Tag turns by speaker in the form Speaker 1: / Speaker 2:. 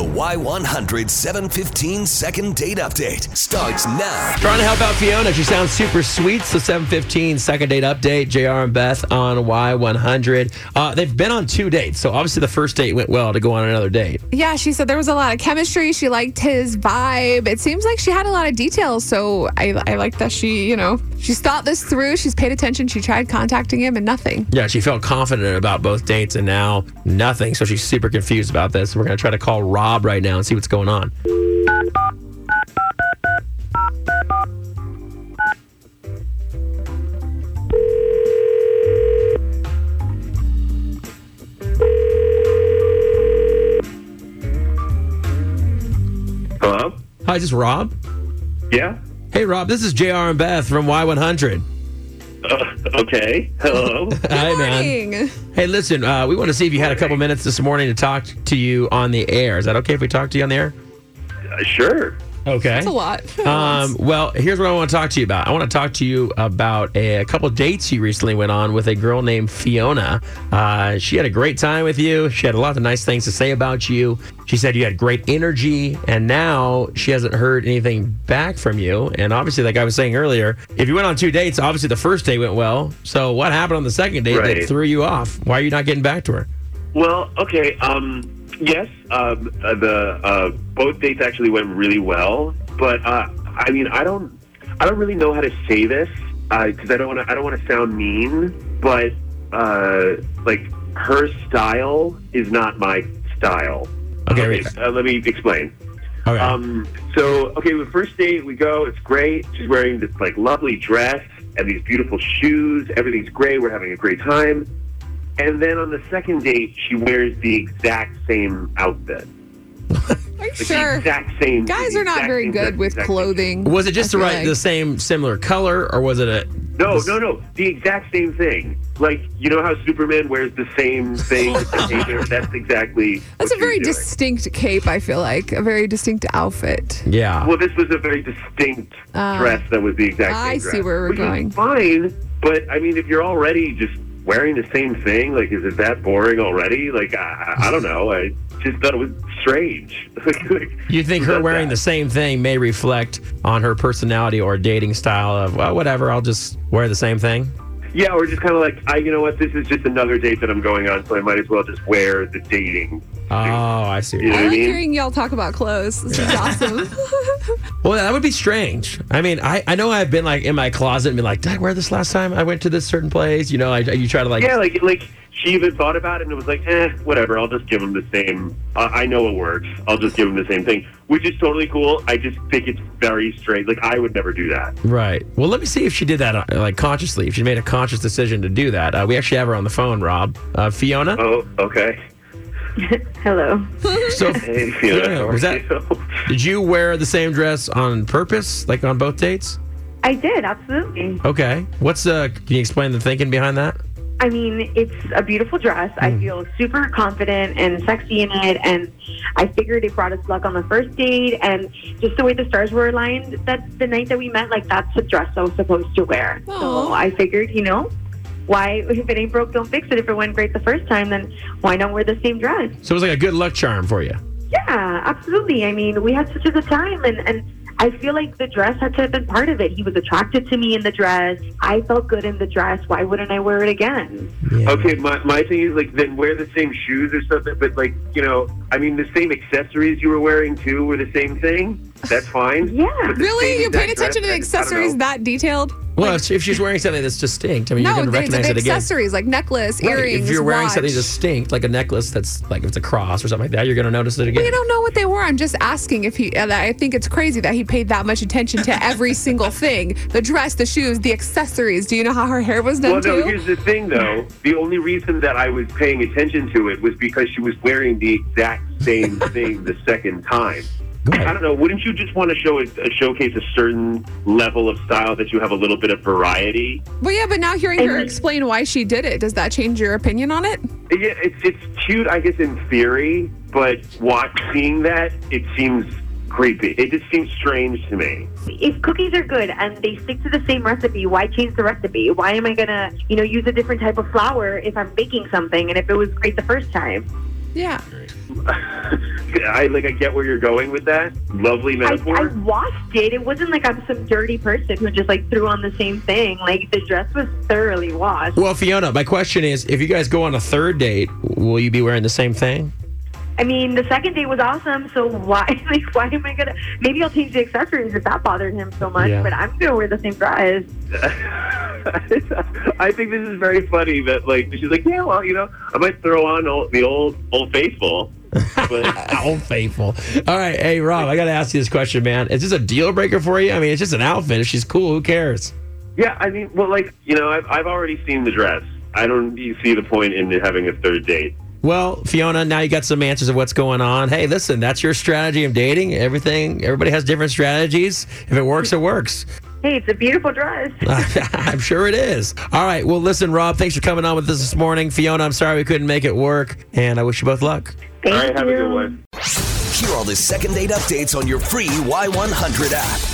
Speaker 1: Y100 715 second date update starts now.
Speaker 2: Trying to help out Fiona. She sounds super sweet. So 715, second date update. JR and Beth on Y100. Uh, they've been on two dates. So obviously the first date went well to go on another date.
Speaker 3: Yeah, she said there was a lot of chemistry. She liked his vibe. It seems like she had a lot of details. So I, I like that she, you know, she's thought this through. She's paid attention. She tried contacting him and nothing.
Speaker 2: Yeah, she felt confident about both dates and now nothing. So she's super confused about this. We're going to try to call Rob right now and see what's going on.
Speaker 4: Hello?
Speaker 2: Hi, is this Rob?
Speaker 4: Yeah?
Speaker 2: Hey, Rob, this is JR and Beth from Y100.
Speaker 4: Uh, okay. Hello?
Speaker 2: Hi, man.
Speaker 3: Dang.
Speaker 2: Hey, listen, uh, we want to see if you had a couple minutes this morning to talk to you on the air. Is that okay if we talk to you on the air?
Speaker 4: Uh, sure.
Speaker 2: Okay.
Speaker 3: That's a lot.
Speaker 2: Um, well, here's what I want to talk to you about. I want to talk to you about a, a couple dates you recently went on with a girl named Fiona. Uh, she had a great time with you. She had a lot of nice things to say about you. She said you had great energy, and now she hasn't heard anything back from you. And obviously, like I was saying earlier, if you went on two dates, obviously the first date went well. So what happened on the second date that
Speaker 4: Right.
Speaker 2: threw you off? Why are you not getting back to her?
Speaker 4: Well, okay. Um, yes, um, uh, the uh, both dates actually went really well, but uh, I mean, I don't, I don't really know how to say this because I don't want to, I don't want to sound mean, but uh, like her style is not my style.
Speaker 2: Okay, wait.
Speaker 4: uh, let me explain.
Speaker 2: Okay.
Speaker 4: Um, so, okay, the first date we go, it's great. She's wearing this like lovely dress and these beautiful shoes. Everything's great. We're having a great time. And then on the second date, she wears the exact same outfit.
Speaker 3: Are you
Speaker 4: The
Speaker 3: sure?
Speaker 4: exact same.
Speaker 3: Guys
Speaker 4: the
Speaker 3: are not
Speaker 4: exact
Speaker 3: very
Speaker 4: same
Speaker 3: good
Speaker 4: dress,
Speaker 3: with
Speaker 4: exact same-
Speaker 3: clothing.
Speaker 2: was it just
Speaker 3: I
Speaker 2: the
Speaker 3: feel
Speaker 2: right,
Speaker 3: like.
Speaker 2: the same similar color, or was it a?
Speaker 4: No,
Speaker 2: this-
Speaker 4: no, no. The exact same thing. Like you know how Superman wears the same thing. with the taser? That's exactly.
Speaker 3: That's
Speaker 4: what
Speaker 3: a very
Speaker 4: she's doing.
Speaker 3: distinct cape, I feel like. A very distinct outfit.
Speaker 2: Yeah.
Speaker 4: Well, this was a very distinct
Speaker 3: Ah.
Speaker 4: dress that was the exact same
Speaker 3: I see
Speaker 4: dress.
Speaker 3: where we're
Speaker 4: which is
Speaker 3: going.
Speaker 4: fine, but I mean, if you're already just wearing the same thing, like, is it that boring already? Like, I, I I don't know. I just thought it was strange. Like,
Speaker 2: You think her
Speaker 4: does
Speaker 2: wearing
Speaker 4: that?
Speaker 2: the same thing may reflect on her personality or dating style of well, whatever? I'll just wear the same thing.
Speaker 4: yeah, we're just kind of like, I, you know what? This is just another date that I'm going on, so I might as well just wear the dating.
Speaker 2: Oh, I see.
Speaker 4: Yeah.
Speaker 3: I
Speaker 4: I
Speaker 3: like
Speaker 4: mean-
Speaker 3: hearing y'all talk about clothes. This is awesome.
Speaker 2: Well, that would be strange. I mean, I, I know I've been like in my closet and been like, did I wear this last time? I went to this certain place. You know, I, you try to like.
Speaker 4: Yeah, like, like she even thought about it and was like, eh, whatever. I'll just give him the same. I I know it works. I'll just give him the same thing, which is totally cool. I just think it's very strange. Like, I would never do that.
Speaker 2: Right. Well, let me see if she did that uh, like consciously. If she made a conscious decision to do that. Uh, we actually have her on the phone, Rob. Uh, Fiona.
Speaker 4: Oh, okay.
Speaker 5: Hello.
Speaker 2: So
Speaker 4: Hey, Fiona.
Speaker 2: Yeah,
Speaker 4: how
Speaker 2: was
Speaker 4: are
Speaker 2: that-
Speaker 4: you?
Speaker 2: did you wear the same dress on purpose, like on both dates?
Speaker 5: I did, absolutely.
Speaker 2: Okay. What's uh? Can you explain the thinking behind that?
Speaker 5: I mean, it's a beautiful dress. I feel super confident and sexy in it. And I figured it brought us luck on the first date. And just the way the stars were aligned, that the night that we met, like, that's the dress I was supposed to wear.
Speaker 3: Aw.
Speaker 5: So I figured, you know, why, if it ain't broke, don't fix it. If it went great the first time, then why not wear the same dress?
Speaker 2: So it was like a good luck charm for you.
Speaker 5: Yeah, absolutely. I mean, we had such a good time, and and I feel like the dress had to have been part of it. He was attracted to me in the dress. I felt good in the dress. Why wouldn't I wear it again?
Speaker 4: Okay, my, my thing is like then wear the same shoes or something, but like you know, I mean the same accessories you were wearing too were the same thing. That's fine.
Speaker 5: Yeah.
Speaker 4: But the
Speaker 3: really?
Speaker 4: same
Speaker 3: You paid
Speaker 4: exact
Speaker 3: attention to the
Speaker 4: dress? I- I don't
Speaker 3: accessories
Speaker 4: know.
Speaker 3: that detailed?
Speaker 2: Well, if, if she's wearing something that's distinct, I mean, you're
Speaker 3: no,
Speaker 2: going to
Speaker 3: they-
Speaker 2: recognize
Speaker 3: the
Speaker 2: it again.
Speaker 3: accessories like necklace,
Speaker 2: Right,
Speaker 3: earrings.
Speaker 2: if you're wearing something
Speaker 3: watch.
Speaker 2: distinct, like a necklace that's like if it's a cross or something like that, you're going to notice it again.
Speaker 3: We don't know what they were. I'm just asking if he. And I think it's crazy that he paid that much attention to every single thing: the dress, the shoes, the accessories. Do you know how her hair was done
Speaker 4: Well, no.
Speaker 3: too?
Speaker 4: Here's the thing, though. The only reason that I was paying attention to it was because she was wearing the exact same thing the second time.
Speaker 2: Right.
Speaker 4: I don't know. Wouldn't you just want to show a, showcase a certain level of style that you have a little bit of variety?
Speaker 3: But yeah, but now hearing
Speaker 5: And
Speaker 3: her
Speaker 5: then-
Speaker 3: explain why she did it, does that change your opinion on it?
Speaker 4: Yeah, it's it's cute, I guess, in theory, but watch seeing that it seems creepy. It just seems strange to me.
Speaker 5: If cookies are good and they stick to the same recipe, why change the recipe? Why am I gonna, you know, use a different type of flour if I'm baking something and if it was great the first time?
Speaker 3: Yeah.
Speaker 4: I like. I get where you're going with that. Lovely
Speaker 5: I,
Speaker 4: metaphor.
Speaker 5: I watched it. It wasn't like I'm some dirty person who just like threw on the same thing. Like the dress was thoroughly washed.
Speaker 2: Well, Fiona, my question is if you guys go on a third date, will you be wearing the same thing?
Speaker 5: I mean, the second date was awesome. So why, like, why am I gonna? Maybe I'll change the accessories if that bothered him so much.
Speaker 2: Yeah.
Speaker 5: But I'm gonna wear the same dress.
Speaker 4: I think this is very funny that like she's like, yeah, well, you know, I might throw on old, the old Old Faithful, but
Speaker 2: Old Faithful. All right. Hey, Rob, I got to ask you this question, man. Is this a deal breaker for you? I mean, it's just an outfit. If she's cool, who cares?
Speaker 4: yeah, I mean, well, like you know, I've I've already seen the dress. I don't you see the point in having a third date.
Speaker 2: Well, Fiona, now you got some answers of what's going on. Hey, listen, that's your strategy of dating. Everything, everybody has different strategies. If it works, it works.
Speaker 5: Hey, it's a beautiful dress.
Speaker 2: I'm sure it is. All right. Well, listen, Rob, thanks for coming on with us this morning. Fiona, I'm sorry we couldn't make it work, and I wish you both luck.
Speaker 5: Thank
Speaker 4: All right, have a
Speaker 5: you.
Speaker 4: good one.
Speaker 1: Hear all the second date updates on your free Y100 app.